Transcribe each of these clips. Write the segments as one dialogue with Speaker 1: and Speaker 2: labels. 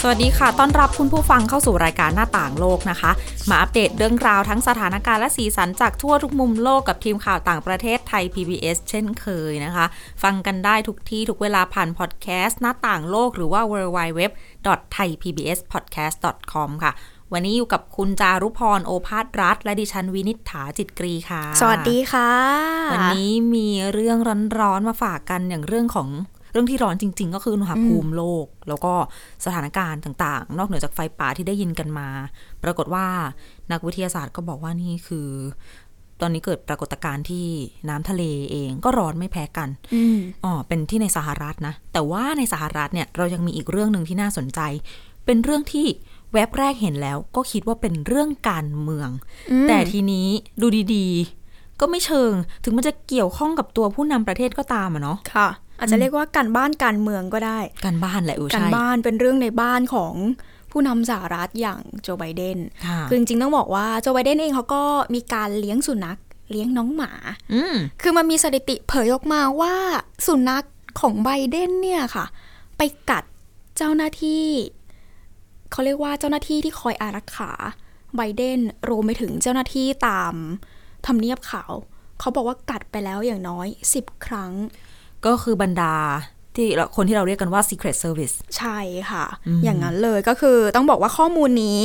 Speaker 1: สวัสดีค่ะ ต้อนรับคุณผู้ฟังเข้าสู่รายการหน้าต่างโลกนะคะ มาอัปเดตเรื่องราวทั้งสถานการณ์และสีสันจากทั่วทุกมุมโลกกับทีมข่าวต่างประเทศไทย PBS เช่นเคยนะคะ ฟังกันได้ทุกที่ทุกเวลาผ่านพอดแคสต์หน้าต่างโลกหรือว่า www.thaipbspodcast.com ค่ะ วันนี้อยู่กับคุณจารุพรโอภาสรัฐ และดิฉันวินิษฐาจิตกรีค่ะ
Speaker 2: สวัสดีค่ะ
Speaker 1: วันนี้มีเรื่องร้อนๆมาฝากกันอย่างเรื่องของเรื่องที่ร้อนจริง ๆ ก็คืออุณหภูมิโลก แล้วก็สถานการณ์ต่างๆ นอกเหนือจากไฟป่าที่ได้ยินกันมา ปรากฏว่านักวิทยาศาสตร์ก็บอกว่านี่คือ ตอนนี้เกิดปรากฏการณ์ที่น้ำทะเลเองก็ร้อนไม่แพ้กัน
Speaker 2: อืม
Speaker 1: อ๋อ เป็นที่ในสหรัฐนะ แต่ว่าในสหรัฐเนี่ยเรายังมีอีกเรื่องหนึ่งที่น่าสนใจ เป็นเรื่องที่แว็บแรกเห็นแล้ว ก็คิดว่าเป็นเรื่องการเมือง
Speaker 2: อืม
Speaker 1: แต่ทีนี้ดูดีๆ ก็ไม่เชิง ถึงมันจะเกี่ยวข้องกับตัวผู้นำประเทศก็ตามอะเนาะ
Speaker 2: ค่ะ อาจจะเรียกว่าการบ้านการเมืองก็ได้
Speaker 1: การบ้านแหละเออ
Speaker 2: การ
Speaker 1: ใช่
Speaker 2: บ้านเป็นเรื่องในบ้านของผู้นำสหรัฐอย่างโจไบเดน
Speaker 1: ค่ะ
Speaker 2: คือจริงๆต้องบอกว่าโจไบเดนเองเขาก็มีการเลี้ยงสุนัข เลี้ยงน้องหมา
Speaker 1: อืม
Speaker 2: คือมันมีสถิติเผยออกมาว่าสุนัขของไบเดนเนี่ยค่ะ ไปกัดเจ้าหน้าที่เขาเรียกว่าเจ้าหน้าที่ที่คอยอารักขาไบเดนรวมไปถึงเจ้าหน้าที่ตามทำเนียบขาว เขาบอกว่ากัดไปแล้วอย่างน้อย 10 ครั้ง
Speaker 1: ก็คือบรรดาที่เราคนที่เราเรียกกันว่า Secret Service
Speaker 2: ใช่ค่ะ
Speaker 1: อืม
Speaker 2: อย่างนั้นเลยก็คือต้องบอกว่าข้อมูลนี้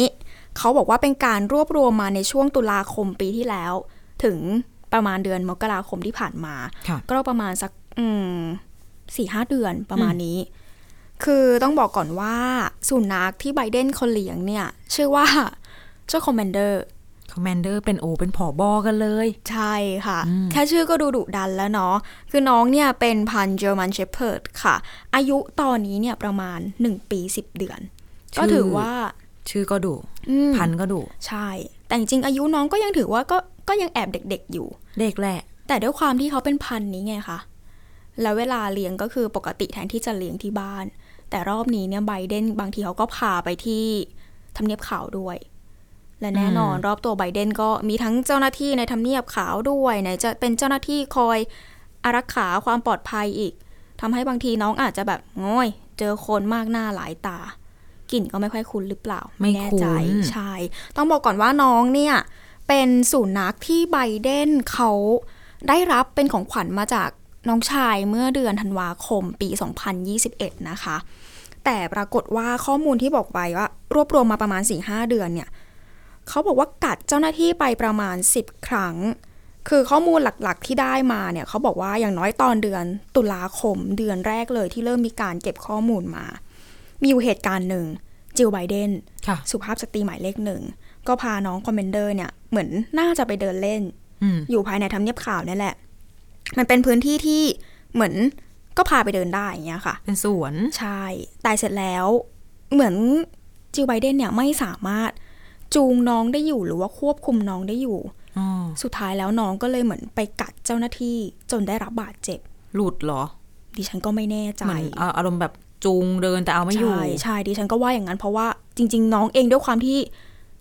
Speaker 2: เขาบอกว่าเป็นการรวบรวมมาในช่วงตุลาคมปีที่แล้ว ถึงประมาณเดือนมกราคมที่ผ่านมา
Speaker 1: ค่ะ
Speaker 2: ก็ประมาณสักสี่ห้าเดือนประมาณนี้ คือต้องบอกก่อนว่าสุนัขที่ไบเดนเขาเลี้ยงเนี่ย ชื่อว่าเจ้าคอมแมนเดอร์
Speaker 1: Commander เป็นโอเป็นผอบอกันเลย
Speaker 2: ใช่ค่ะ
Speaker 1: อืม
Speaker 2: แค่ชื่อก็ดูดุดันแล้วเนาะคือน้องเนี่ยเป็นพันเจอร์มันเชพเพิร์ดค่ะ อายุตอนนี้เนี่ยประมาณ 1 ปี 10 เดือน ก็ถือว่า
Speaker 1: ชื่อก็ดุ
Speaker 2: อืม
Speaker 1: พันธุ์ก็ดุ
Speaker 2: ใช่ แต่จริงๆอายุน้องก็ยังถือว่าก็ก็ยังแอบเด็กๆอยู่
Speaker 1: เด็กแหละ
Speaker 2: แต่ด้วยความที่เขาเป็นพันธุ์นี้ไงคะ แล้วเวลาเลี้ยงก็คือปกติแทนที่จะเลี้ยงที่บ้าน แต่รอบนี้เนี่ยไบเดนบางทีเขาก็พาไปที่ทำเนียบขาวด้วย และแน่นอนรอบตัวไบเดนก็มีทั้งเจ้าหน้าที่ในทำเนียบขาวด้วยไหนจะเป็นเจ้าหน้าที่คอยอารักขาความปลอดภัยอีกทำให้บางทีน้องอาจจะแบบโง่ยเจอคนมากหน้าหลายตากลิ่นก็ไม่ค่อยคุ้นหรือเปล่าแน่ใจ
Speaker 1: ไม่คุ้น
Speaker 2: ใช่ ต้องบอกก่อนว่าน้องเนี่ย เป็นสุนัขที่ไบเดนเขาได้รับเป็นของขวัญมาจากน้องชายเมื่อเดือนธันวาคมปี 2021 นะคะ แต่ปรากฏว่าข้อมูลที่บอกไปว่า รวบรวมมาประมาณ 4-5 เดือนเนี่ยเขาบอกว่ากัดเจ้าหน้าที่ไปประมาณ 10 ครั้ง คือข้อมูลหลักๆที่ได้มาเนี่ยเขาบอกว่าอย่างน้อยตอนเดือนตุลาคมเดือนแรกเลยที่เริ่มมีการเก็บข้อมูลมา มีอยู่เหตุการณ์หนึ่งจิลไบเดน
Speaker 1: ค่ะ
Speaker 2: สุภาพสตรีหมายเลขหนึ่ง ก็พาน้องคอมเมนเดอร์เนี่ย เหมือนน่าจะไปเดินเล่น
Speaker 1: อืม
Speaker 2: อยู่ภายในทำเนียบข่าวเนี่ยแหละ มันเป็นพื้นที่ที่เหมือนก็พาไปเดินได้อย่างเงี้ยค่ะ
Speaker 1: เป็นสวน
Speaker 2: ใช่ตายเสร็จแล้ว เหมือนจิลไบเดนเนี่ยไม่สามารถจูงน้องได้อยู่หรือว่าควบคุมน้องได้อยู่
Speaker 1: อ๋อ
Speaker 2: สุดท้ายแล้วน้องก็เลยเหมือนไปกัดเจ้าหน้าที่จนได้รับบาดเจ็บ
Speaker 1: หลุดเหรอ
Speaker 2: ดิฉันก็ไม่แน่ใจ
Speaker 1: เหมือนเอาอารมณ์แบบจูงเดินแต่เอาไม่อยู่
Speaker 2: ใช่ใช่ดิฉันก็ว่าอย่างนั้นเพราะว่าจริง ๆ น้องเองด้วยความที่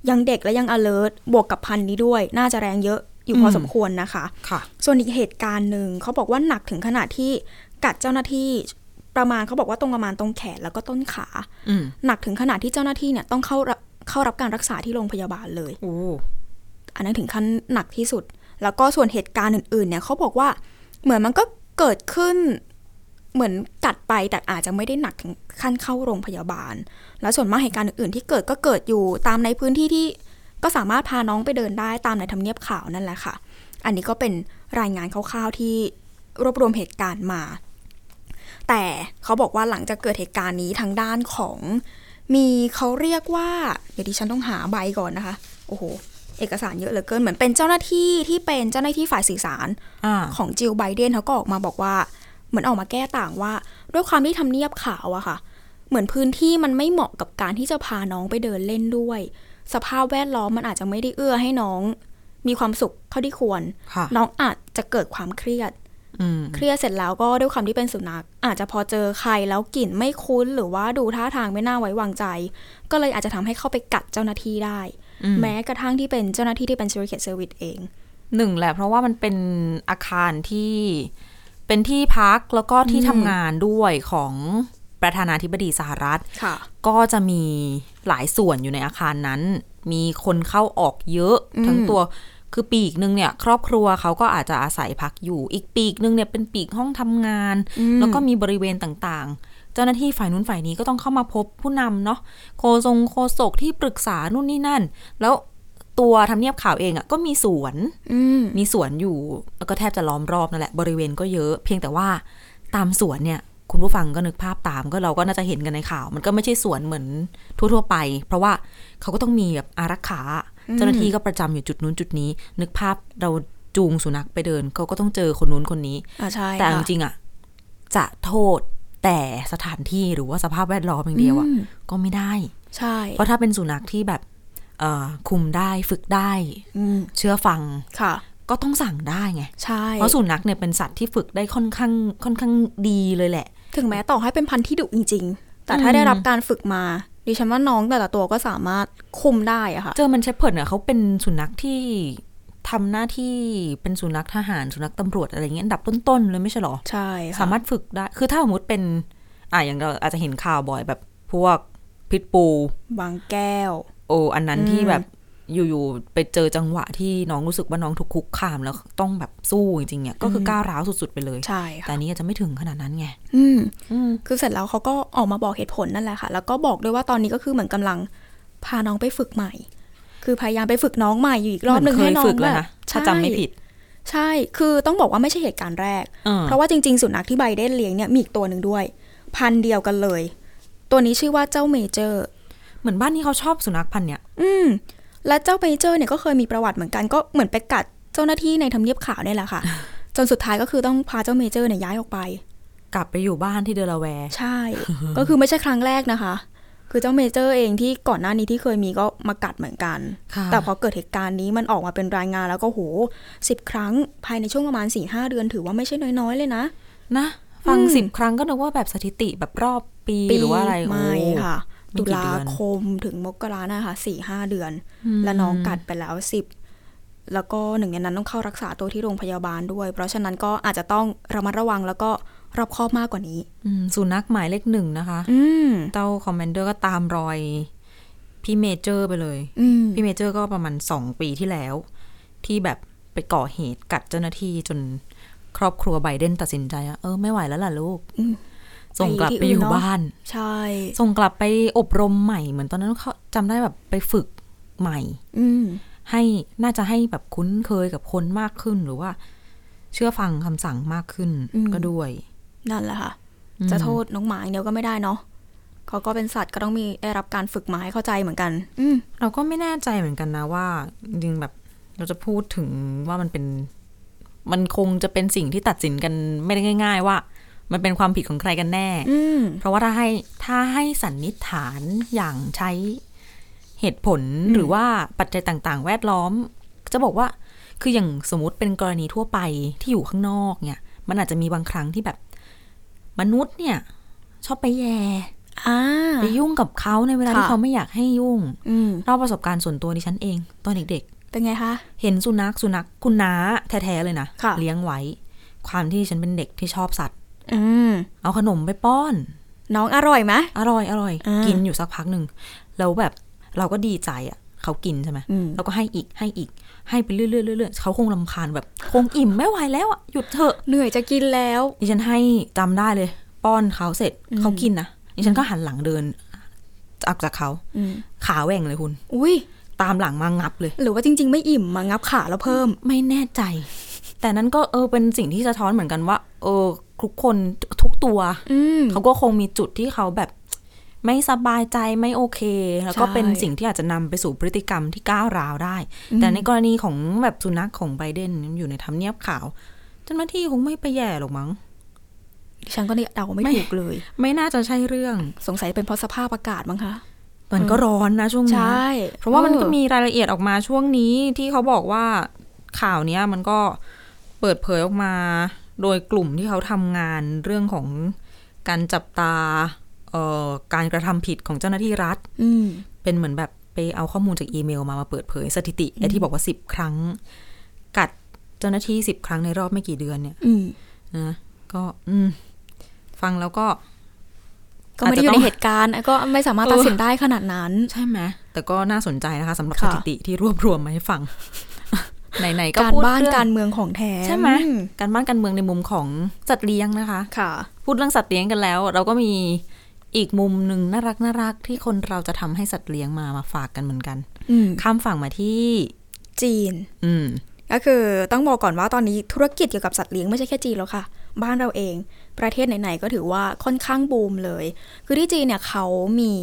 Speaker 2: ยังเด็กและยัง alert บวกกับพันธุ์นี้ด้วย น่าจะแรงเยอะอยู่พอ
Speaker 1: ม
Speaker 2: สมควรนะคะ
Speaker 1: ค่ะ
Speaker 2: ส่วนอีกเหตุการณ์หนึ่งเขาบอกว่าหนักถึงขนาดที่กัดเจ้าหน้าที่ประมาณเขาบอกว่าตรงประมาณตรงแขนแล้วก็ต้นขา
Speaker 1: อืม
Speaker 2: หนักถึงขนาดที่เจ้าหน้าที่เนี่ยต้องเข้ารับเข้ารับการรักษาที่โรงพยาบาลเลย
Speaker 1: โอ้
Speaker 2: อันนั้นถึงขั้นหนักที่สุด แล้วก็ส่วนเหตุการณ์อื่นๆ เนี่ยเขาบอกว่าเหมือนมันก็เกิดขึ้น เหมือนกัดไปแต่อาจจะไม่ได้หนักถึงขั้นเข้าโรงพยาบาล แล้วส่วนมากเหตุการณ์อื่นๆ ที่เกิดก็เกิดอยู่ตามในพื้นที่ที่ก็สามารถพาน้องไปเดินได้ตามในทำเนียบข่าวนั่นแหละค่ะ อันนี้ก็เป็นรายงานคร่าวๆที่รวบรวมเหตุการณ์มา แต่เขาบอกว่าหลังจากเกิดเหตุการณ์นี้ทางด้านของ มีเขาเรียกว่า เดี๋ยวดิฉันต้องหาใบก่อนนะคะ โอ้โห เอกสารเยอะเหลือเกินเหมือนเป็นเจ้าหน้าที่ที่เป็นเจ้าหน้าที่ฝ่ายสื่อสาร
Speaker 1: อ่า
Speaker 2: ของจิลไบเดนเขาก็ออกมาบอกว่า เหมือนออกมาแก้ต่างว่า ด้วยความที่ทำเนียบขาวอะค่ะ เหมือนพื้นที่มันไม่เหมาะกับการที่จะพาน้องไปเดินเล่นด้วย สภาพแวดล้อมมันอาจจะไม่ได้เอื้อให้น้อง มีความสุขเท่าที่ควร
Speaker 1: ค่ะ
Speaker 2: น้องอาจจะเกิดความเครียด
Speaker 1: อืม
Speaker 2: เครียดเสร็จแล้วก็ด้วยความที่เป็นสุนัข อาจจะพอเจอใครแล้วกลิ่นไม่คุ้น หรือว่าดูท่าทางไม่น่าไว้วางใจ ก็เลยอาจจะทำให้เข้าไปกัดเจ้าหน้าที่ได้
Speaker 1: อืม
Speaker 2: แม้กระทั่งที่เป็นเจ้าหน้าที่ที่เป็น Secret Service เอง
Speaker 1: หนึ่งแหละเพราะว่ามันเป็นอาคารที่เป็นที่พักแล้วก็ที่
Speaker 2: อืม
Speaker 1: ทำงานด้วยของประธานาธิบดีสหรัฐ
Speaker 2: ค่ะ
Speaker 1: ก็จะมีหลายส่วนอยู่ในอาคารนั้น มีคนเข้าออกเยอะ
Speaker 2: อืม
Speaker 1: ทั้งตัวคือปีกนึงเนี่ย ครอบครัวเขาก็อาจจะอาศัยพักอยู่ อีกปีกนึงเนี่ยเป็นปีกห้องทำงาน แล้วก็มีบริเวณต่างๆ เจ้าหน้าที่ฝ่ายนู้นฝ่ายนี้ก็ต้องเข้ามาพบผู้นำเนาะโคทรงโคศกที่ปรึกษานู่นนี่นั่น แล้วตัวทำเนียบข่าวเองอะ่ะก็มีสวน
Speaker 2: อืม
Speaker 1: มีสวนอยู่แล้วก็แทบจะล้อมรอบนั่นแหละบริเวณก็เยอะ เพียงแต่ว่าตามสวนเนี่ย คุณผู้ฟังก็นึกภาพตามก็เราก็น่าจะเห็นกันในข่าว มันก็ไม่ใช่สวนเหมือนทั่ว ๆ ไป เพราะว่าเขาก็ต้องมีแบบอารักขาเจ้าหน้าที่ก็ประจำอยู่จุดนู้นจุดนี้ นึกภาพเราจูงสุนัขไปเดินเขาก็ต้องเจอคนนู้นคนนี้
Speaker 2: อ่าใช่
Speaker 1: แต่เอาจ
Speaker 2: ค่ะ
Speaker 1: ริงๆอะจะโทษแต่สถานที่หรือว่าสภาพแวดล้อมอย่างเดียวอะ
Speaker 2: อืม
Speaker 1: ก็ไม่ได้
Speaker 2: ใช่
Speaker 1: เพราะถ้าเป็นสุนัขที่แบบเอ่อคุมได้ฝึกได้
Speaker 2: อืม
Speaker 1: เชื่อฟัง
Speaker 2: ค่ะ
Speaker 1: ก็ต้องสั่งได้ไง
Speaker 2: ใช่
Speaker 1: เพราะสุนัขเนี่ยเป็นสัตว์ที่ฝึกได้ค่อนข้างค่อนข้างดีเลยแหละ
Speaker 2: ถึงแม้ต่อให้เป็นพันธุ์ที่ดุจริง ๆ แต่ถ้าได้รับการฝึกมา ดิฉันว่าน้องแต่ละตัวก็สามารถคุมได้อะค่ะ
Speaker 1: เจอมันเชพเพิร์ดเนี่ยเขาเป็นสุนัขที่ทำหน้าที่เป็นสุนัขทหารสุนัขตำรวจอะไรเงี้ยอันดับต้นๆเลยไม่ใช่เหรอ
Speaker 2: ใช่ค่ะ
Speaker 1: สามารถฝึกได้ คือถ้าสมมติเป็น อ่ะอย่างเราอาจจะเห็นข่าวบ่อยแบบพวกพิทบู
Speaker 2: บางแก้ว
Speaker 1: โออันนั้นที่
Speaker 2: อืม
Speaker 1: แบบอยู่ๆไปเจอจังหวะที่น้องรู้สึกว่าน้องถูกคุกคามแล้วต้องแบบสู้จริงๆเนี่ยก็คือก้าวร้าวสุดๆไปเลย
Speaker 2: ใช่
Speaker 1: แต่
Speaker 2: ค่ะ
Speaker 1: อันนี้อาจจะไม่ถึงขนาดนั้นไง
Speaker 2: อืม
Speaker 1: อืม
Speaker 2: คือเสร็จแล้วเขาก็ออกมาบอกเหตุผลนั่นแหละค่ะ แล้วก็บอกด้วยว่าตอนนี้ก็คือเหมือนกำลังพาน้องไปฝึกใหม่ คือพยายามไปฝึกน้องใหม่อยู่อีกรอบหนึ่ง
Speaker 1: เค
Speaker 2: ให้
Speaker 1: ย
Speaker 2: น้อ
Speaker 1: ฝึ
Speaker 2: ง
Speaker 1: ก
Speaker 2: แบ
Speaker 1: แล้ว
Speaker 2: บ
Speaker 1: นะถ้าจำไม่ผิด
Speaker 2: ใช่ คือต้องบอกว่าไม่ใช่เหตุการณ์แรก
Speaker 1: ออ
Speaker 2: เพราะว่าจริงๆ สุนัขที่ไบเดนเลี้ยงเนี่ยมีอีกตัวหนึ่งด้วย พันธุ์เดียวกันเลย ตัวนี้ชื่อว่าเจ้าเมเจอร์
Speaker 1: เหมือนบ้านนี้เขาชอบสุนัขพันธุ์เนี่ย
Speaker 2: อืม และเจ้าเมเจอร์เนี่ยก็เคยมีประวัติเหมือนกันก็เหมือนไปกัดเจ้าหน้าที่ในทำเนียบขาวเนี่ยแหละค่ะ จนสุดท้ายก็คือต้องพาเจ้าเมเจอร์เนี่ยย้ายออกไป
Speaker 1: กลับไปอยู่บ้านที่เดลาแวร์
Speaker 2: ใช่ ก็คือไม่ใช่ครั้งแรกนะคะ คือเจ้าเมเจอร์เองที่ก่อนหน้านี้ที่เคยมีก็มากัดเหมือนกัน
Speaker 1: ค่ะ
Speaker 2: แต่พอเกิดเหตุการณ์นี้มันออกมาเป็นรายงานแล้วก็โหสิบครั้งภายในช่วงประมาณ4ี่หเดือนถือว่าไม่ใช่น้อยๆเลยนะ
Speaker 1: นะ ฟัง
Speaker 2: อืม
Speaker 1: สิบครั้งก็นึกว่าแบบสถิติแบบรอบปีหรือว่าอะไรโอ้
Speaker 2: ไม่ค่ะ
Speaker 1: ไม่
Speaker 2: ตุ
Speaker 1: กี่
Speaker 2: ลา
Speaker 1: เดือน
Speaker 2: คมถึงมกรานะคะสี่ห้าเดือน
Speaker 1: ม
Speaker 2: และน้องกัดไปแล้วสิบแล้วก็หนึ่งในนั้นต้องเข้ารักษาตัวที่โรงพยาบาลด้วย เพราะฉะนั้นก็อาจจะต้องระมัดระวังแล้วก็รอบคอบมากกว่านี้
Speaker 1: อืมสุนัขหมายเลขหนึ่งนะคะ
Speaker 2: อืม
Speaker 1: เจ้าคอมเมนเดอร์ก็ตามรอย พี่เมเจอร์ไปเลย
Speaker 2: อืม
Speaker 1: พี่เมเจอร์ก็ประมาณสองปีที่แล้ว ที่แบบไปก่อเหตุกัดเจ้าหน้าที่จนครอบครัวไบเดนตัดสินใจว่าเออไม่ไหวแล้วล่ะลูก ส่งกลับไปอยู่บ้าน
Speaker 2: ใช่
Speaker 1: ส่งกลับไปอบรมใหม่เหมือนตอนนั้นเขาจำได้แบบไปฝึกใหม่
Speaker 2: อืม
Speaker 1: ให้น่าจะให้แบบคุ้นเคยกับคนมากขึ้นหรือว่า เชื่อฟังคำสั่งมากขึ้น
Speaker 2: อืม
Speaker 1: ก็ด้วย
Speaker 2: นั่นแหละค่ะ
Speaker 1: อืม
Speaker 2: จะโทษน้องหมาอย่างเดียวก็ไม่ได้เนาะเขาก็เป็นสัตว์ก็ต้องมีได้รับการฝึกมาให้เข้าใจเหมือนกัน อืม
Speaker 1: เราก็ไม่แน่ใจเหมือนกันนะว่าจริงๆแบบเราจะพูดถึงว่ามันเป็น มันคงจะเป็นสิ่งที่ตัดสินกันไม่ได้ง่าย ๆ ว่า มันเป็นความผิดของใครกันแน่
Speaker 2: อืม
Speaker 1: เพราะว่าถ้าให้ถ้าให้สันนิษฐานอย่างใช้เหตุผลหรือว่าปัจจัยต่าง ๆ แวดล้อม จะบอกว่าคืออย่างสมมติเป็นกรณีทั่วไปที่อยู่ข้างนอกเนี่ย มันอาจจะมีบางครั้งที่แบบ มนุษย์เนี่ย ชอบไปแย่
Speaker 2: อ่า
Speaker 1: ไปยุ่งกับเขาในเวลา
Speaker 2: ค่ะ
Speaker 1: ที่เขาไม่อยากให้ยุ่ง
Speaker 2: อืม
Speaker 1: เล่าประสบการณ์ส่วนตัวดิฉันเอง ตอนเด็ก
Speaker 2: เป็นไงคะ
Speaker 1: ๆ เห็นสุนัขสุนัขคุณน้าแท้ๆเลยนะ
Speaker 2: ค่ะ
Speaker 1: เลี้ยงไว้ ความที่ฉันเป็นเด็กที่ชอบสัตว์
Speaker 2: อืม
Speaker 1: เอาขนมไปป้อน
Speaker 2: น้องอร่อยไหม
Speaker 1: อร่อยอร่อย
Speaker 2: อ่ากิ
Speaker 1: กินอยู่สักพักหนึ่งแล้วแบบเราก็ดีใจอ่ะ เขากินใช่ไหม
Speaker 2: อืม
Speaker 1: เราก็ให้อีกให้อีก ให้ไปเรื่อยๆเรื่อยๆเขาคงลำคาญแบบ คงอิ่มไม่ไหวแล้วอ่ะ หยุดเถอะ
Speaker 2: เหนื่อยจะกินแล้ว
Speaker 1: ดิฉันให้จำได้เลย ป้อนเขาเสร็จ
Speaker 2: อืม
Speaker 1: เขากินนะดิฉันก็หันหลังเดินออกจากเขา
Speaker 2: อืม
Speaker 1: ขาแหว่งเลยคุณ
Speaker 2: อุ้ย
Speaker 1: ตามหลังมางับเลย
Speaker 2: หรือว่าจริง ๆ ไม่อิ่มมางับขาแล้วเพิ่ม
Speaker 1: ไม่แน่ใจ แต่นั้นก็เออเป็นสิ่งที่สะท้อนเหมือนกันว่า เออทุกคนทุกตัว
Speaker 2: อืม
Speaker 1: เขาก็คงมีจุดที่เขาแบบไม่สบายใจไม่โอเค แล้วก็
Speaker 2: ใช่
Speaker 1: เป็นสิ่งที่อาจจะนำไปสู่พฤติกรรมที่ก้าวร้าวได้ แต่ในกรณีของแบบสุนัขของไบเดนอยู่ในทำเนียบขาวเจ้าหน้าที่คงไม่ไปแย่หรอกมั้ง
Speaker 2: ดิฉันก็เนี่ยเดาไม่
Speaker 1: ไม่
Speaker 2: ถูกเลย
Speaker 1: ไม่น่าจะใช่เรื่อง
Speaker 2: สงสัยเป็นเพราะสภาพอากาศมั้งคะ
Speaker 1: มันก็ร้อนนะช่วงนี้
Speaker 2: ใช่
Speaker 1: เพราะว่ามันก็
Speaker 2: ออ
Speaker 1: มีรายละเอียดออกมาช่วงนี้ที่เขาบอกว่าข่าวเนี้ยมันก็เปิดเผยออกมา โดยกลุ่มที่เขาทำงานเรื่องของการจับตาเอ่อการกระทำผิดของเจ้าหน้าที่รัฐ
Speaker 2: อืม
Speaker 1: เป็นเหมือนแบบไปเอาข้อมูลจากอีเมลมามาเปิดเผยสถิติไอ้ที่บอกว่าสิบครั้ง กัดเจ้าหน้าที่สิบครั้งในรอบไม่กี่เดือนเนี่ย
Speaker 2: อืม
Speaker 1: นะก็อืมฟังแล้วก็
Speaker 2: ก็ไม่ได้อยู่ในเหตุการณ์ก็ไม่สามารถตัดสินได้ขนาดนั้น
Speaker 1: ใช่ไหมแต่ก็น่าสนใจนะคะสำหรับส
Speaker 2: ค่ะ
Speaker 1: ถิติที่รวบรวมมาให้ฟัง ไหนๆก็
Speaker 2: การ
Speaker 1: พูด
Speaker 2: บ้าน
Speaker 1: เรื่อง
Speaker 2: การเมืองของแท้
Speaker 1: ใช่ไหมการบ้านการเมืองในมุมของสัตว์เลี้ยงนะคะ
Speaker 2: ค่ะ
Speaker 1: พูดเรื่องสัตว์เลี้ยงกันแล้ว เราก็มีอีกมุมหนึ่งน่ารักน่ารักที่คนเราจะทำให้สัตว์เลี้ยงมามาฝากกันเหมือนกัน
Speaker 2: อืม
Speaker 1: ข้ามฝั่งมาที่
Speaker 2: จีน
Speaker 1: อืม
Speaker 2: ก็คือต้องบอกก่อนว่าตอนนี้ธุรกิจเกี่ยวกับสัตว์เลี้ยงไม่ใช่แค่จีนแล้วค่ะ บ้านเราเอง ประเทศไหนๆก็ถือว่าค่อนข้างบูมเลย คือที่จีนเนี่ยเขามี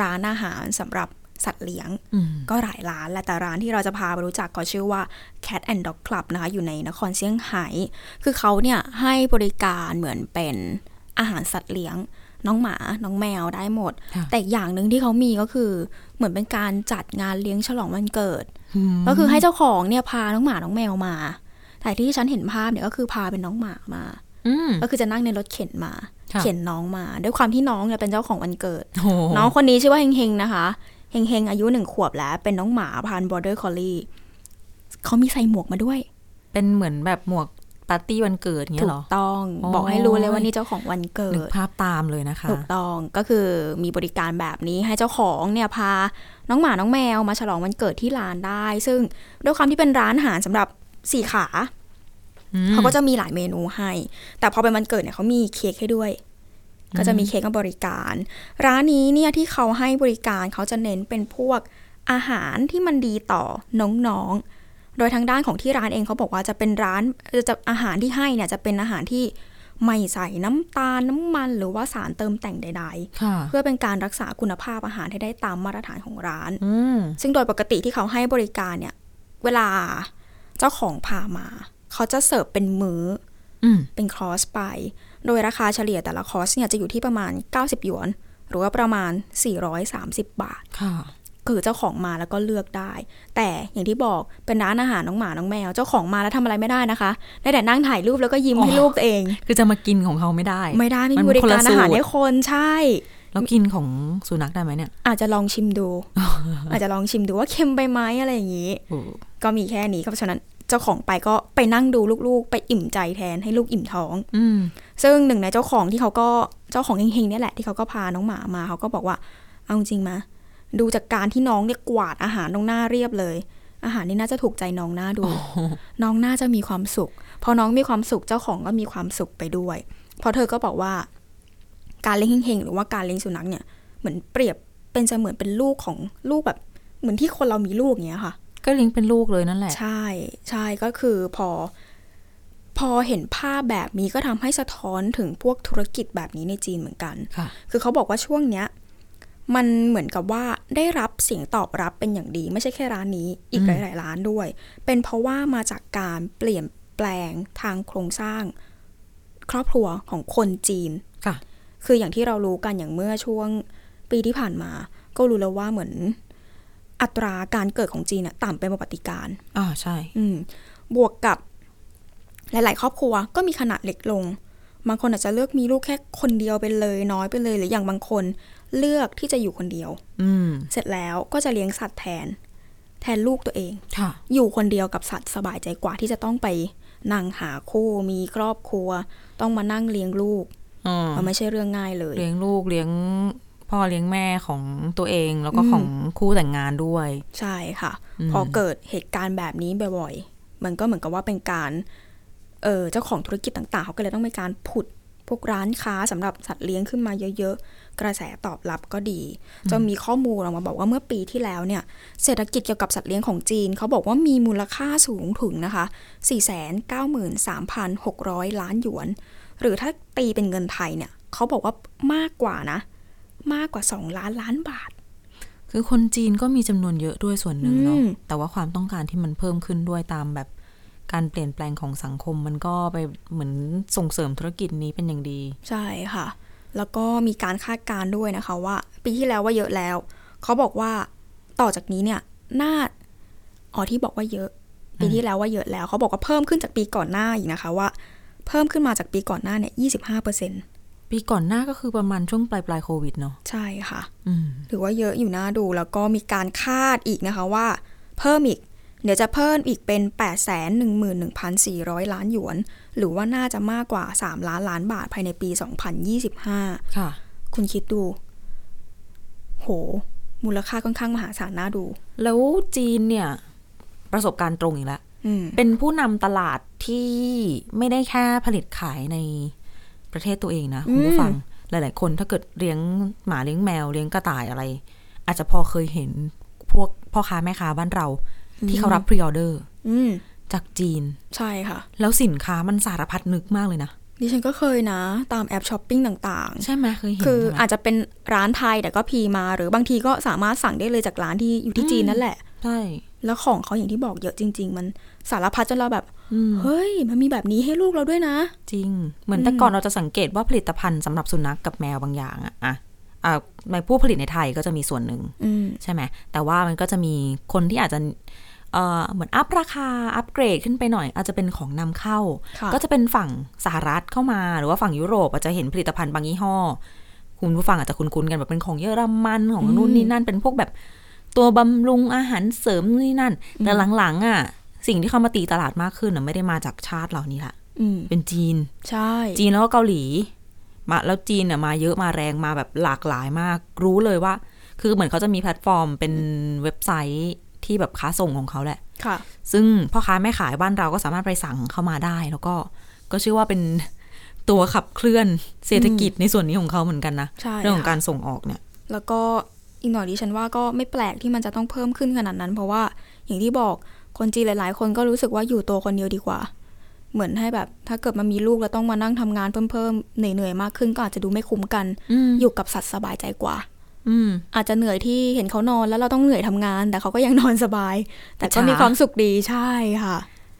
Speaker 2: ร้านอาหารสำหรับสัตว์เลี้ยง
Speaker 1: อืม
Speaker 2: ก็หลายร้านแหละแต่ร้านที่เราจะพาไปรู้จักก็ชื่อว่า Cat and Dog Club นะคะอยู่ในนครเซี่ยงไฮ้คือเขาเนี่ยให้บริการเหมือนเป็นอาหารสัตว์เลี้ยง น้องหมา น้องแมวได้หมด
Speaker 1: ค่ะ
Speaker 2: แต่อย่างหนึ่งที่เขามีก็คือเหมือนเป็นการจัดงานเลี้ยงฉลองวันเกิด ก็คือให้เจ้าของเนี่ยพาน้องหมา น้องแมวมา แต่ที่ฉันเห็นภาพเนี่ยก็คือพาเป็นน้องหมามา
Speaker 1: อืม
Speaker 2: ก็คือจะนั่งในรถเข็นมา
Speaker 1: ค่ะ
Speaker 2: เข็นน้องมา ด้วยความที่น้องเนี่ยเป็นเจ้าของวันเกิด
Speaker 1: โอ้โห
Speaker 2: น้องคนนี้ชื่อว่าเฮงเฮงนะคะ เฮงเฮงอายุหนึ่งขวบแล้ว เป็นน้องหมาพันบอร์เดอร์คอลลี่เขามีใส่หมวกมาด้วย
Speaker 1: เป็นเหมือนแบบหมวกปาร์ตี้วันเกิดเงี้
Speaker 2: ถู
Speaker 1: ยเหร
Speaker 2: ก
Speaker 1: อ
Speaker 2: ต้อง
Speaker 1: โอ้ย
Speaker 2: บอกให้รู้เลยว่านี่เจ้าของวันเกิ
Speaker 1: นึก
Speaker 2: ด
Speaker 1: ภาพตามเลยนะคะ
Speaker 2: ถูกต้อง ก็คือมีบริการแบบนี้ให้เจ้าของเนี่ยพาน้องหมา น้องแมวมาฉลองวันเกิดที่ร้านได้ ซึ่งด้วยความที่เป็นร้านอาหารสำหรับสี่ขา
Speaker 1: อืม
Speaker 2: เขาก็จะมีหลายเมนูให้ แต่พอเป็นวันเกิดเนี่ยเขามีเค้กให้ด้วย ก็จะมีเค้กมาบริการ ร้านนี้เนี่ยที่เขาให้บริการเขาจะเน้นเป็นพวกอาหารที่มันดีต่อน้องๆ โดยทางด้านของที่ร้านเองเขาบอกว่าจะเป็นร้านเอ่อจะอาหารที่ให้เนี่ยจะเป็นอาหารที่ไม่ใส่น้ำตาลน้ำมันหรือว่าสารเติมแต่งใด
Speaker 1: ค่ะ
Speaker 2: ๆ เพื่อเป็นการรักษาคุณภาพอาหารให้ได้ตามมาตรฐานของร้าน
Speaker 1: อืม
Speaker 2: ซึ่งโดยปกติที่เขาให้บริการเนี่ย เวลาเจ้าของพามา เขาจะเสิร์ฟเป็นมือ้อ
Speaker 1: อืม
Speaker 2: เป็นคอร์สไป โดยราคาเฉลี่ยแต่ละคอร์สเนี่ยจะอยู่ที่ประมาณ 90 หยวน หรือว่าประมาณ 430 บาท
Speaker 1: ค่ะ
Speaker 2: คือเจ้าของมาแล้วก็เลือกได้ แต่อย่างที่บอกเป็นร้านอาหารน้องหมาน้องแมว เจ้าของมาแล้วทำอะไรไม่ได้นะคะได้แต่นั่งถ่ายรูปแล้วก็ยิ้มให้ลูกตัวเอง
Speaker 1: คือจะมากินของเขาไม่ได้
Speaker 2: ไม่ได้ไม่
Speaker 1: มั
Speaker 2: มี
Speaker 1: น
Speaker 2: บริ
Speaker 1: คน
Speaker 2: กา
Speaker 1: ละ
Speaker 2: รอาหาร
Speaker 1: สูตร
Speaker 2: ให้คนใช่
Speaker 1: แล้วกินของสุนัขได้ไหมเนี่ย
Speaker 2: อาจจะลองชิมดู อาจจะลองชิมดูว่าเค็มไปไหมอะไรอย่างนี้
Speaker 1: โอ้
Speaker 2: ก็มีแค่นี้ก็เพราะฉะนั้นเจ้าของไปก็ไปนั่งดูลูกๆ ไปอิ่มใจแทนให้ลูกอิ่มท้อง
Speaker 1: อืม
Speaker 2: ซึ่งหนึ่งในเจ้าของที่เขาก็เจ้าของเฮงๆเนี่ยแหละที่เขาก็พาน้องหมามาเขาก็บอกว่าเอาจริงมาดูจากการที่น้องเนี่ยกวาดอาหารตรงหน้าเรียบเลย อาหารนี่น่าจะถูกใจน้องหน้าดู น้องน่าจะมีความสุข พอน้องมีความสุขเจ้าของก็มีความสุขไปด้วยเพราะเธอก็บอกว่า การเลี้ยงเฮงๆหรือว่าการเลี้ยงสุนัขเนี่ยเหมือนเปรียบเป็นเสมือนเป็นลูกของลูกแบบ เหมือนที่คนเรามีลูกอย่างเงี้ยค่ะ
Speaker 1: ก็เลี้ยงเป็นลูกเลยนั่นแหละ
Speaker 2: ใช่ใช่ก็คือพอ พอเห็นภาพแบบนี้ก็ทำให้สะท้อนถึงพวกธุรกิจแบบนี้ในจีนเหมือนกัน
Speaker 1: ค่ะ
Speaker 2: คือเขาบอกว่าช่วงเนี้ย มันเหมือนกับว่าได้รับเสียงตอบรับเป็นอย่างดี ไม่ใช่แค่ร้านนี้ อีก
Speaker 1: อืม
Speaker 2: หลาย ๆ ร้านด้วย เป็นเพราะว่ามาจากการเปลี่ยนแปลงทางโครงสร้าง ครอบครัวของคนจีน
Speaker 1: ค่ะ
Speaker 2: คืออย่างที่เรารู้กันอย่างเมื่อช่วงปีที่ผ่านมา ก็รู้แล้วว่าเหมือนอัตราการเกิดของจีนน่ะต่ำเป็นประวัติการณ์
Speaker 1: อ่า ใช่
Speaker 2: อืมบวกกับหลาย ๆ ครอบครัวก็มีขนาดเล็กลง บางคนอาจจะเลือกมีลูกแค่คนเดียวไปเลยน้อยไปเลย หรืออย่างบางคนเลือกที่จะอยู่คนเดียว
Speaker 1: อืม
Speaker 2: เสร็จแล้วก็จะเลี้ยงสัตว์แทน แทนลูกตัวเอง
Speaker 1: ค่ะ
Speaker 2: อยู่คนเดียวกับสัตว์สบายใจกว่าที่จะต้องไปนั่งหาคู่มีครอบครัว ต้องมานั่งเลี้ยงลูก
Speaker 1: อืม
Speaker 2: มันไม่ใช่เรื่องง่ายเลย
Speaker 1: เลี้ยงลูกเลี้ยงพ่อเลี้ยงแม่ของตัวเองแล้วก็ของคู่แต่งงานด้วย
Speaker 2: ใช่ค่ะ
Speaker 1: อืม
Speaker 2: พอเกิดเหตุการณ์แบบนี้บ่อยๆ มันก็เหมือนกับว่าเป็นการเออเจ้าของธุรกิจต่างๆ เขาก็เลยต้องมีการผุดพวกร้านค้าสำหรับสัตว์เลี้ยงขึ้นมาเยอะๆ กระแสตอบรับก็ดีจนมีข้อมูลออกมาบอกว่าเมื่อปีที่แล้วเนี่ย เศรษฐกิจเกี่ยวกับสัตว์เลี้ยงของจีน เขาบอกว่ามีมูลค่าสูงถึงนะคะ 493,600 ล้านหยวน หรือถ้าตีเป็นเงินไทยเนี่ย เขาบอกว่ามากกว่านะ มากกว่า 2 ล้านล้านบาท
Speaker 1: คือคนจีนก็มีจำนวนเยอะด้วยส่วนหนึ่งเนาะ
Speaker 2: อืม
Speaker 1: แต่ว่าความต้องการที่มันเพิ่มขึ้นด้วยตามแบบการเปลี่ยนแปลงของสังคมมันก็ไปเหมือนส่งเสริมธุรกิจนี้เป็นอย่างดี
Speaker 2: ใช่ค่ะ แล้วก็มีการคาดการณ์ด้วยนะคะว่า ปีที่แล้วว่าเยอะแล้ว เขาบอกว่าต่อจากนี้เนี่ยน่าอ๋อที่บอกว่าเยอะ ปีที่แล้วว่าเยอะแล้ว เขาบอกว่าเพิ่มขึ้นจากปีก่อนหน้าอีกนะคะว่า เพิ่มขึ้นมาจากปีก่อนหน้าเนี่ย25เปอร์เซ็นต์
Speaker 1: ปีก่อนหน้าก็คือประมาณช่วงปลายปลายๆโควิดเนาะ
Speaker 2: ใช่ค่ะ
Speaker 1: อืม
Speaker 2: ถือว่าเยอะอยู่นะดูแล้วก็มีการคาดอีกนะคะว่า เพิ่มอีก เดี๋ยวจะเพิ่มอีกเป็น 8 1 1 4 0 0 ล้านหยวน หรือว่าน่าจะมากกว่า 3 ล้านล้านบาทภายในปี 2025
Speaker 1: ค่ะ
Speaker 2: คุณคิดดู โห มูลค่าค่อนข้างมหาศาลน่าดู
Speaker 1: แล้วจีนเนี่ย ประสบการณ์ตรงอีกแล้ว
Speaker 2: อืม
Speaker 1: เป็นผู้นำตลาดที่ไม่ได้แค่ผลิตขายในประเทศตัวเองนะ คุณผู้ฟัง หลาย ๆ คนถ้าเกิดเลี้ยงหมาเลี้ยงแมวเลี้ยงกระต่ายอะไร อาจจะพอเคยเห็นพวกพ่อค้าแม่ค้าบ้านเรา ที่เขารับพรีออเดอร์
Speaker 2: อืม
Speaker 1: จากจีน
Speaker 2: ใช่ค่ะ
Speaker 1: แล้วสินค้ามันสารพัดนึกมากเลยนะ
Speaker 2: ดิฉันก็เคยนะ ตามแอปช้อปปิ้งต่าง
Speaker 1: ใช่ไหมเคยเห็
Speaker 2: ๆ
Speaker 1: น
Speaker 2: คือ
Speaker 1: ใช่ไหม
Speaker 2: อาจจะเป็นร้านไทยแต่ก็พีมา หรือบางทีก็สามารถสั่งได้เลยจากร้านที่อยู่ที่จีนนั่นแหละ
Speaker 1: ใช่
Speaker 2: แล้วของเขาอย่างที่บอกเยอะจริง ๆ มันสารพัดจนเราแบบ
Speaker 1: อืม
Speaker 2: เฮ้ย มันมีแบบนี้ให้ลูกเราด้วยนะ
Speaker 1: จริง เหมือนแต่ก่อนเราจะสังเกตว่าผลิตภัณฑ์สำหรับสุนัขกกับแมวบางอย่างอะอะอ่ะในผู้ผลิตในไทยก็จะมีส่วนหนึ่ง
Speaker 2: อืม
Speaker 1: ใช่ไหม แต่ว่ามันก็จะมีคนที่อาจจะเอ่อเหมือนอัพราคา อัพเกรดขึ้นไปหน่อย อาจจะเป็นของนำเข้า
Speaker 2: ค่ะ
Speaker 1: ก็จะเป็นฝั่งสหรัฐเข้ามา หรือว่าฝั่งยุโรปอาจจะเห็นผลิตภัณฑ์บางยี่ห้อ คุณผู้ฟังอาจจะคุ้นๆกันแบบเป็นของเยอรมันของนู่นนี่นั่นเป็นพวกแบบตัวบำรุงอาหารเสริมนู่นนี่นั่น แต่หลังๆอ่ะสิ่งที่เข้ามาตีตลาดมากขึ้นน่ะไม่ได้มาจากชาติเหล่านี้ละ
Speaker 2: อืม
Speaker 1: เป็นจีน
Speaker 2: ใช่
Speaker 1: จีนแล้วก็เกาหลีมาแล้วจีนเนี่ยมาเยอะมาแรงมาแบบหลากหลายมาก รู้เลยว่า คือเหมือนเขาจะมีแพลตฟอร์มเป็นเว็บไซต์ที่แบบค้าส่งของเขาแหละ
Speaker 2: ค่ะ
Speaker 1: ซึ่งพ่อค้าแม่ขายบ้านเราก็สามารถไปสั่งเข้ามาได้ แล้วก็ก็ชื่อว่าเป็น ตัวขับเคลื่อนเศรษฐกิจในส่วนนี้ของเขาเหมือนกันนะ
Speaker 2: ใช่
Speaker 1: เรื่องของ
Speaker 2: ค่ะ
Speaker 1: การส่งออกเนี่ย
Speaker 2: แล้วก็อีกหน่อยดิฉันว่าก็ไม่แปลกที่มันจะต้องเพิ่มขึ้นขนาดนั้น เพราะว่าอย่างที่บอกคนจีนหลาย ๆ คนก็รู้สึกว่าอยู่ตัวคนเดียวดีกว่า เหมือนให้แบบ ถ้าเกิดมันมีลูกแล้วต้องมานั่งทำงานเพิ่มๆเหนื่อยๆมากขึ้นก็อาจจะดูไม่คุ้มกัน
Speaker 1: อืม
Speaker 2: อยู่กับสัตว์สบายใจกว่า
Speaker 1: อืม
Speaker 2: อาจจะเหนื่อยที่เห็นเขานอนแล้วเราต้องเหนื่อยทำงาน แต่เขาก็ยังนอนสบาย แต่ก็มีความสุขดีใช่ค่ะ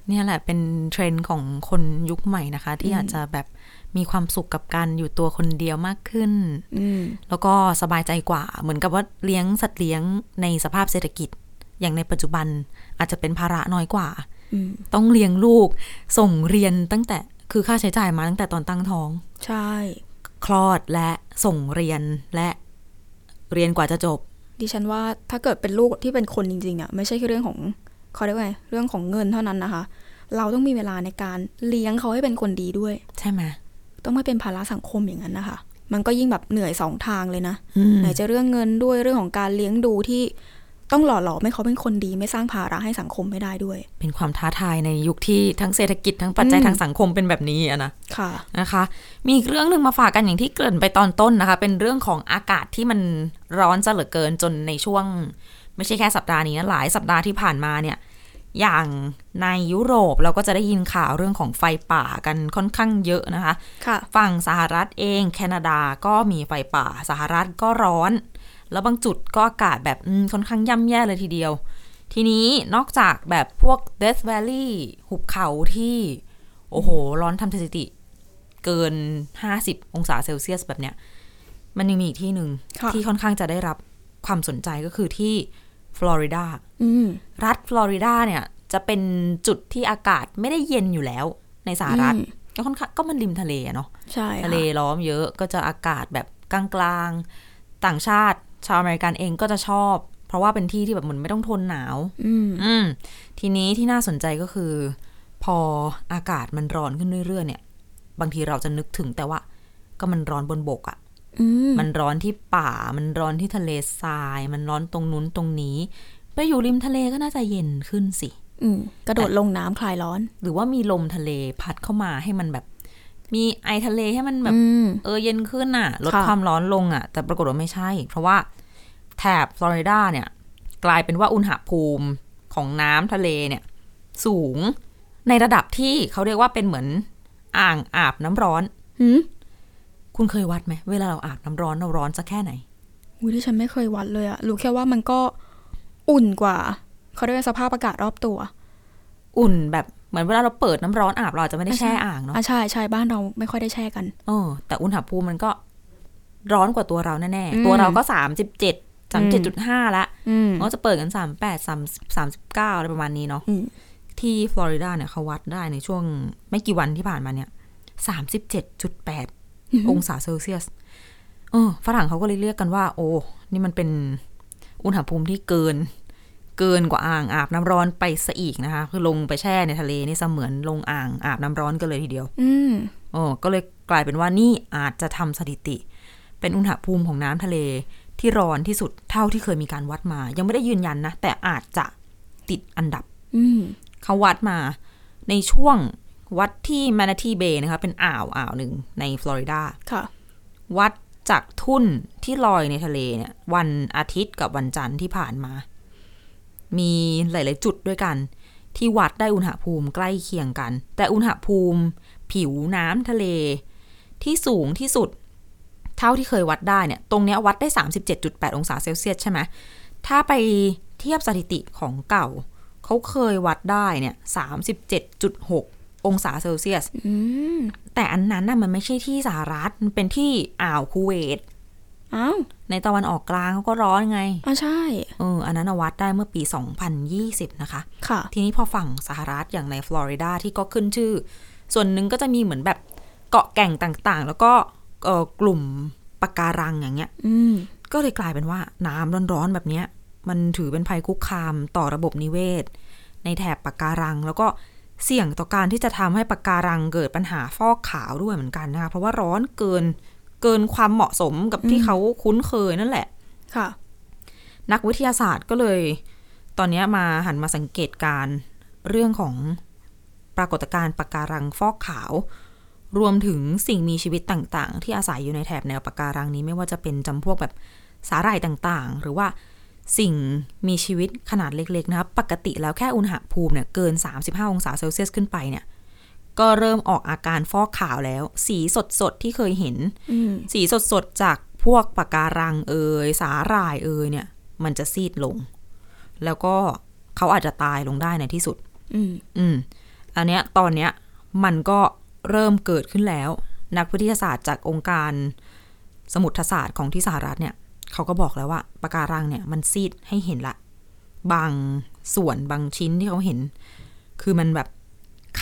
Speaker 1: เนี่ยแหละเป็นเทรนด์ของคนยุคใหม่นะคะ ที่
Speaker 2: อืม
Speaker 1: อาจจะแบบมีความสุขกับการอยู่ตัวคนเดียวมากขึ้น
Speaker 2: อืม
Speaker 1: แล้วก็สบายใจกว่า เหมือนกับว่าเลี้ยงสัตว์เลี้ยงในสภาพเศรษฐกิจ อย่างในปัจจุบันอาจจะเป็นภาระน้อยกว่า
Speaker 2: อืม
Speaker 1: ต้องเลี้ยงลูก ส่งเรียนตั้งแต่คือค่าใช้จ่ายมาตั้งแต่ตอนตั้งท้อง
Speaker 2: ใช่
Speaker 1: คลอดและส่งเรียนและเรียนกว่าจะจบ
Speaker 2: ดิฉันว่าถ้าเกิดเป็นลูกที่เป็นคนจริงๆอะไม่ใช่แค่เรื่องของเขาเรียกว่าไงเรื่องของเงินเท่านั้นนะคะ เราต้องมีเวลาในการเลี้ยงเขาให้เป็นคนดีด้วย
Speaker 1: ใช่ไหม
Speaker 2: ต้องไม่เป็นภาระสังคมอย่างนั้นนะคะ มันก็ยิ่งแบบเหนื่อยสองทางเลยนะ
Speaker 1: อืม
Speaker 2: ไหนจะเรื่องเงินด้วยเรื่องของการเลี้ยงดูที่ต้องหล่อหลอมให้เขาเป็นคนดี ไม่สร้างภาระให้สังคมไม่ได้ด้วย
Speaker 1: เป็นความท้าทายในยุคที่ทั้งเศรษฐกิจทั้งปัจจัย
Speaker 2: อืม
Speaker 1: ทางสังคมเป็นแบบนี้อะนะ
Speaker 2: ค่ะ
Speaker 1: นะคะ มีอีกเรื่องหนึ่งมาฝากกันอย่างที่เกริ่นไปตอนต้นนะคะ เป็นเรื่องของอากาศที่มันร้อนซะเหลือเกินจนในช่วง ไม่ใช่แค่สัปดาห์นี้นะหลายสัปดาห์ที่ผ่านมาเนี่ย อย่างในยุโรปเราก็จะได้ยินข่าวเรื่องของไฟป่ากันค่อนข้างเยอะนะคะ
Speaker 2: ค่ะ
Speaker 1: ฝั่งสหรัฐเองแคนาดาก็มีไฟป่า สหรัฐก็ร้อน แล้วบางจุดก็อากาศแบบอืมค่อนข้างย่ำแย่เลยทีเดียว ทีนี้นอกจากแบบพวก Death Valley หุบเขาที่ โอ้โห ร้อนทำสถิติ เกิน 50 องศาเซลเซียสแบบเนี้ย มันยังมีอีกที่หนึ่ง
Speaker 2: ค่ะ
Speaker 1: ที่ค่อนข้างจะได้รับความสนใจก็คือที่ฟลอริดา
Speaker 2: อืม
Speaker 1: รัฐฟลอริดาเนี่ยจะเป็นจุดที่อากาศไม่ได้เย็นอยู่แล้วในสหรัฐ
Speaker 2: อืม
Speaker 1: ก็ค่อนข้างก็มันริมทะเลอะเนาะ
Speaker 2: ใช่ค่
Speaker 1: ทะเลล้อมเยอะก็จะอากาศแบบกลางๆ ต่างชาติ ชาวอเมริกันเองก็จะชอบ เพราะว่าเป็นที่ที่แบบเหมือนไม่ต้องทนหนาว
Speaker 2: อืม
Speaker 1: อืม ทีนี้ที่น่าสนใจก็คือ พออากาศมันร้อนขึ้นเรื่อยๆเนี่ย บางทีเราจะนึกถึงแต่ว่า ก็มันร้อนบนบกอะ่ะ
Speaker 2: อืม
Speaker 1: มันร้อนที่ป่ามันร้อนที่ทะเลทราย มันร้อนตรงนู้นตรงนี้ ไปอยู่ริมทะเลก็น่าจะเย็นขึ้นสิ
Speaker 2: อืม กระโดดลงน้ำคลายร้อน
Speaker 1: หรือว่ามีลมทะเลพัดเข้ามาให้มันแบบ มีไอทะเลให้มันแบบ
Speaker 2: อืม
Speaker 1: เออเย็นขึ้นอ่ะ ลด
Speaker 2: ค่ะ
Speaker 1: ความร้อนลงอ่ะ แต่ปรากฏว่าไม่ใช่ เพราะว่าแถบฟลอริดาเนี่ย กลายเป็นว่าอุณหภูมิของน้ำทะเลเนี่ย สูงในระดับที่เขาเรียกว่าเป็นเหมือนอ่างอาบน้ำร้อน
Speaker 2: หืม
Speaker 1: คุณเคยวัดไหมเวลาเราอาบน้ำร้อนเราร้อนจะแค่ไหน
Speaker 2: อุ้ยที่ฉันไม่เคยวัดเลยอะรู้แค่ว่ามันก็อุ่นกว่า เขาเรียกว่าสภาพอากาศรอบตัว
Speaker 1: อุ่นแบบเหมือนเวลาเราเปิดน้ำร้อนอาบเราอาจจะไม่ได้
Speaker 2: ไม่ใช่
Speaker 1: แช่อ่างเนาะ
Speaker 2: อ่ะใช่ใช่บ้านเราไม่ค่อยได้แช่กัน
Speaker 1: เออแต่อุณหภูมิมันก็ร้อนกว่าตัวเราแน่
Speaker 2: อืม
Speaker 1: ๆตัวเราก็สามสิบเจ็ดสามเจ็ดจุดห้าละ
Speaker 2: อืม
Speaker 1: เขาจะเปิดกันสามแปดสามสามสิบเก้าอะไรประมาณนี้เนาะ
Speaker 2: อืม
Speaker 1: ที่ฟลอริดาเนี่ยเขาวัดได้ในช่วงไม่กี่วันที่ผ่านมาเนี่ย 37.8 องศาเซลเซียสเออฝรั่งเขาก็เลยเรียกกันว่า โอ้ นี่มันเป็นอุณหภูมิที่เกิน เกินกว่าอ่างอาบน้ำร้อนไปซะอีกนะคะ คือลงไปแช่ในทะเลนี่เสมือนลงอ่างอาบน้ำร้อนกันเลยทีเดียว
Speaker 2: อืม
Speaker 1: โอ้ก็เลยกลายเป็นว่านี่อาจจะทำสถิติ เป็นอุณหภูมิของน้ำทะเลที่ร้อนที่สุดเท่าที่เคยมีการวัดมา ยังไม่ได้ยืนยันนะ แต่อาจจะติดอันดับ
Speaker 2: อืม
Speaker 1: เขาวัดมาในช่วงวัดที่แมน a ทีเบย์นะคะ เป็นอ่าวอ่าวหนึ่งในฟลอริดา
Speaker 2: ค่ะ
Speaker 1: วัดจากทุ่นที่ลอยในทะเลเนี่ย วันอาทิตย์กับวันจันทร์ที่ผ่านมา มีหลาย ๆ จุดด้วยกัน ที่วัดได้อุณหภูมิใกล้เคียงกัน แต่อุณหภูมิผิวน้ำทะเลที่สูงที่สุด เท่าที่เคยวัดได้เนี่ย ตรงเนี้ยวัดได้ 37.8 องศาเซลเซียสใช่ไหมถ้าไปเทียบสถิติของเก่า เขาเคยวัดได้เนี่ย 37.6 องศาเซลเซียส
Speaker 2: อืม
Speaker 1: แต่อันนั้นน่ะมันไม่ใช่ที่สหรัฐ มันเป็นที่อ่าวคูเวต
Speaker 2: อ้าว
Speaker 1: ในตะวันออกกลางเขาก็ร้อนไง
Speaker 2: อ่ะใช่
Speaker 1: เออ อันนั้นน่ะวัดได้เมื่อปี 2020 นะคะ
Speaker 2: ค่ะ
Speaker 1: ทีนี้พอฝั่งสหรัฐอย่างในฟลอริดาที่ก็ขึ้นชื่อ ส่วนหนึ่งก็จะมีเหมือนแบบเกาะแก่งต่างๆ แล้วก็เอ่อกลุ่มปะการังอย่างเงี้ย
Speaker 2: อืม
Speaker 1: ก็เลยกลายเป็นว่าน้ำร้อนๆแบบเนี้ย มันถือเป็นภัยคุกคามต่อระบบนิเวศ ในแถบปะการัง แล้วก็เสี่ยงต่อการที่จะทำให้ปะการังเกิดปัญหาฟอกขาวด้วยเหมือนกันนะคะเพราะว่าร้อนเกินเกินความเหมาะสมกับที่เขาคุ้นเคยนั่นแหละ
Speaker 2: ค่ะ
Speaker 1: นักวิทยาศาสตร์ก็เลย ตอนเนี้ยมาหันมาสังเกตการณ์เรื่องของปรากฏการณ์ปะการังฟอกขาว รวมถึงสิ่งมีชีวิตต่างๆ ที่อาศัยอยู่ในแถบแนวปะการังนี้ไม่ว่าจะเป็นจำพวกแบบสาหร่ายต่างๆ หรือว่าสิ่งมีชีวิตขนาดเล็กๆนะคะปกติแล้วแค่อุณหภูมิเนี่ยเกิน 35 องศาเซลเซียสขึ้นไปเนี่ย ก็เริ่มออกอาการฟอกขาวแล้ว สีสดๆที่เคยเห็น
Speaker 2: อืม
Speaker 1: สีสดสดๆจากพวกปะการังเอย สาหร่ายเอยเนี่ย มันจะซีดลง แล้วก็เขาอาจจะตายลงได้ในที่สุด
Speaker 2: อืม
Speaker 1: อืม อันเนี้ยตอนเนี้ยมันก็เริ่มเกิดขึ้นแล้ว นักวิทยาศาสตร์จากองค์การสมุทรศาสตร์ของที่สหรัฐเนี่ย เขาก็บอกแล้วว่าปะการังเนี่ยมันซีดให้เห็นละ บางส่วนบางชิ้นที่เขาเห็น คือมันแบบ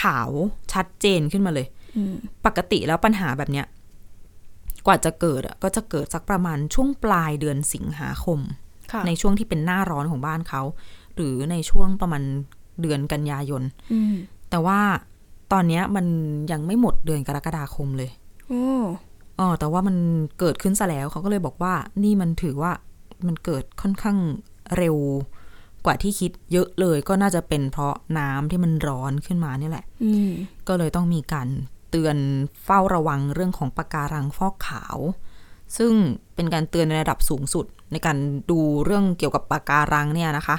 Speaker 1: ขาวชัดเจนขึ้นมาเลย
Speaker 2: อืม
Speaker 1: ปกติแล้วปัญหาแบบเนี้ย กว่าจะเกิดอะก็จะเกิดสักประมาณช่วงปลายเดือนสิงหาคม
Speaker 2: ค่ะ
Speaker 1: ในช่วงที่เป็นหน้าร้อนของบ้านเขา หรือในช่วงประมาณเดือนกันยายน
Speaker 2: อืม
Speaker 1: แต่ว่าตอนเนี้ยมันยังไม่หมดเดือนกรกฎาคมเลย
Speaker 2: โอ้
Speaker 1: อ๋อแต่ว่ามันเกิดขึ้นซะแล้วเขาก็เลยบอกว่า นี่มันถือว่ามันเกิดค่อนข้างเร็วกว่าที่คิดเยอะเลย ก็น่าจะเป็นเพราะน้ำที่มันร้อนขึ้นมาเนี่ยแหละ
Speaker 2: อืม
Speaker 1: ก็เลยต้องมีการเตือนเฝ้าระวังเรื่องของปะการังฟอกขาว ซึ่งเป็นการเตือนในระดับสูงสุด ในการดูเรื่องเกี่ยวกับปะการังเนี่ยนะคะ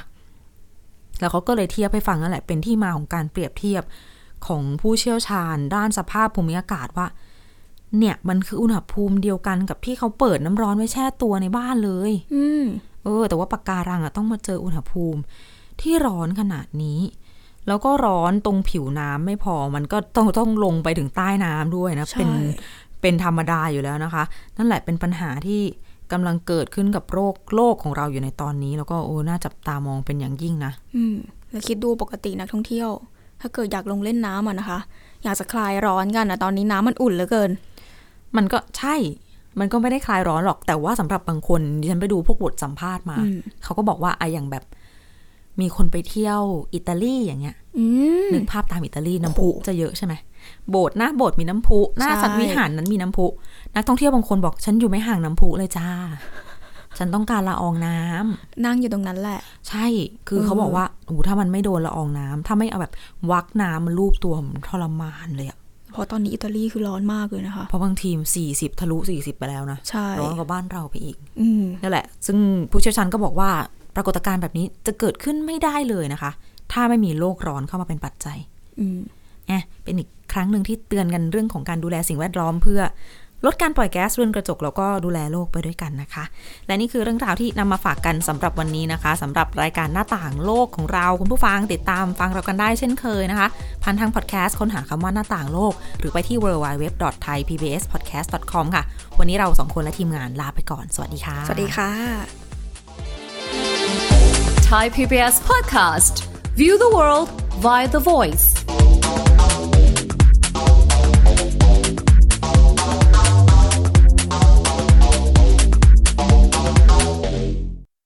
Speaker 1: แล้วเขาก็เลยเทียบให้ฟังนั่นแหละเป็นที่มาของการเปรียบเทียบของผู้เชี่ยวชาญด้านสภาพภูมิอากาศว่า เนี่ยมันคืออุณหภูมิเดียวกันกับที่เขาเปิดน้ำร้อนไว้แช่ตัวในบ้านเลย
Speaker 2: อืม
Speaker 1: เออแต่ว่าปะการังอะต้องมาเจออุณหภูมิที่ร้อนขนาดนี้ แล้วก็ร้อนตรงผิวน้ำไม่พอมันก็ต้องต้องลงไปถึงใต้น้ำด้วยนะ
Speaker 2: ใช่
Speaker 1: เป็นเป็นธรรมดาอยู่แล้วนะคะ นั่นแหละเป็นปัญหาที่กำลังเกิดขึ้นกับโรคโลกของเราอยู่ในตอนนี้ แล้วก็โอ้น่าจับตามองเป็นอย่างยิ่งนะ
Speaker 2: อืม แล้วคิดดูปกตินักท่องเที่ยว ถ้าเกิดอยากลงเล่นน้ำอะนะคะ อยากจะคลายร้อนกันอะตอนนี้น้ำมันอุ่นเหลือเกิน
Speaker 1: มันก็ใช่ มันก็ไม่ได้คลายร้อนหรอก แต่ว่าสำหรับบางคนดิฉันไปดูพวกบทสัมภาษณ์มา
Speaker 2: อืม
Speaker 1: เขาก็บอกว่าไอะอย่างแบบ มีคนไปเที่ยวอิตาลีอย่างเงี้ย
Speaker 2: อืม
Speaker 1: นึกภาพตามอิตาลีน้ำพุจะเยอะใช่ไหมโบสถ์หน้าโบสถ์มีน้ำพุหน้า
Speaker 2: ใช่
Speaker 1: สัตว์วิหารนั้นมีน้ำพุ นักท่องเที่ยวบางคนบอกฉันอยู่ไม่ห่างน้ำพุเลย จ้า ฉันต้องการละอองน้ำ
Speaker 2: นั่งอยู่ตรงนั้นแหละ
Speaker 1: ใช่คือเขาบอกว่าโอ้โหถ้ามันไม่โดนละอองน้ำถ้าไม่เอาแบบวักน้ำมันลูบตัวผมทรมานเลยอะ
Speaker 2: เพราะตอนนี้อิตาลีคือร้อนมากเลยนะคะ
Speaker 1: เพราะบางทีม40 ทะลุ 40 ไปแล้วนะ
Speaker 2: ใช่
Speaker 1: ร้อนกว่าบ้านเราไปอีก
Speaker 2: อืม
Speaker 1: นั่นแหละ ซึ่งผู้เชี่ยวชาญก็บอกว่า ปรากฏการณ์แบบนี้จะเกิดขึ้นไม่ได้เลยนะคะ ถ้าไม่มีโลกร้อนเข้ามาเป็นปัจจัย
Speaker 2: อืม
Speaker 1: อ่ะเป็นอีกครั้งหนึ่งที่เตือนกันเรื่องของการดูแลสิ่งแวดล้อมเพื่อลดการปล่อยแก๊สเรือนกระจกแล้วก็ดูแลโลกไปด้วยกันนะคะ และนี่คือเรื่องราวที่นำมาฝากกันสำหรับวันนี้นะคะสำหรับรายการหน้าต่างโลกของเราคุณผู้ฟังติดตามฟังเรากันได้เช่นเคยนะคะผ่านทางพอดแคสต์ค้นหาคำว่าหน้าต่างโลก หรือไปที่ www.thaipbspodcast.com ค่ะ วันนี้เราสองคนและทีมงานลาไปก่อนสวัสดีค่ะ
Speaker 2: สวัสดีค่ะ
Speaker 3: Thai PBS podcast. View the world via the voice.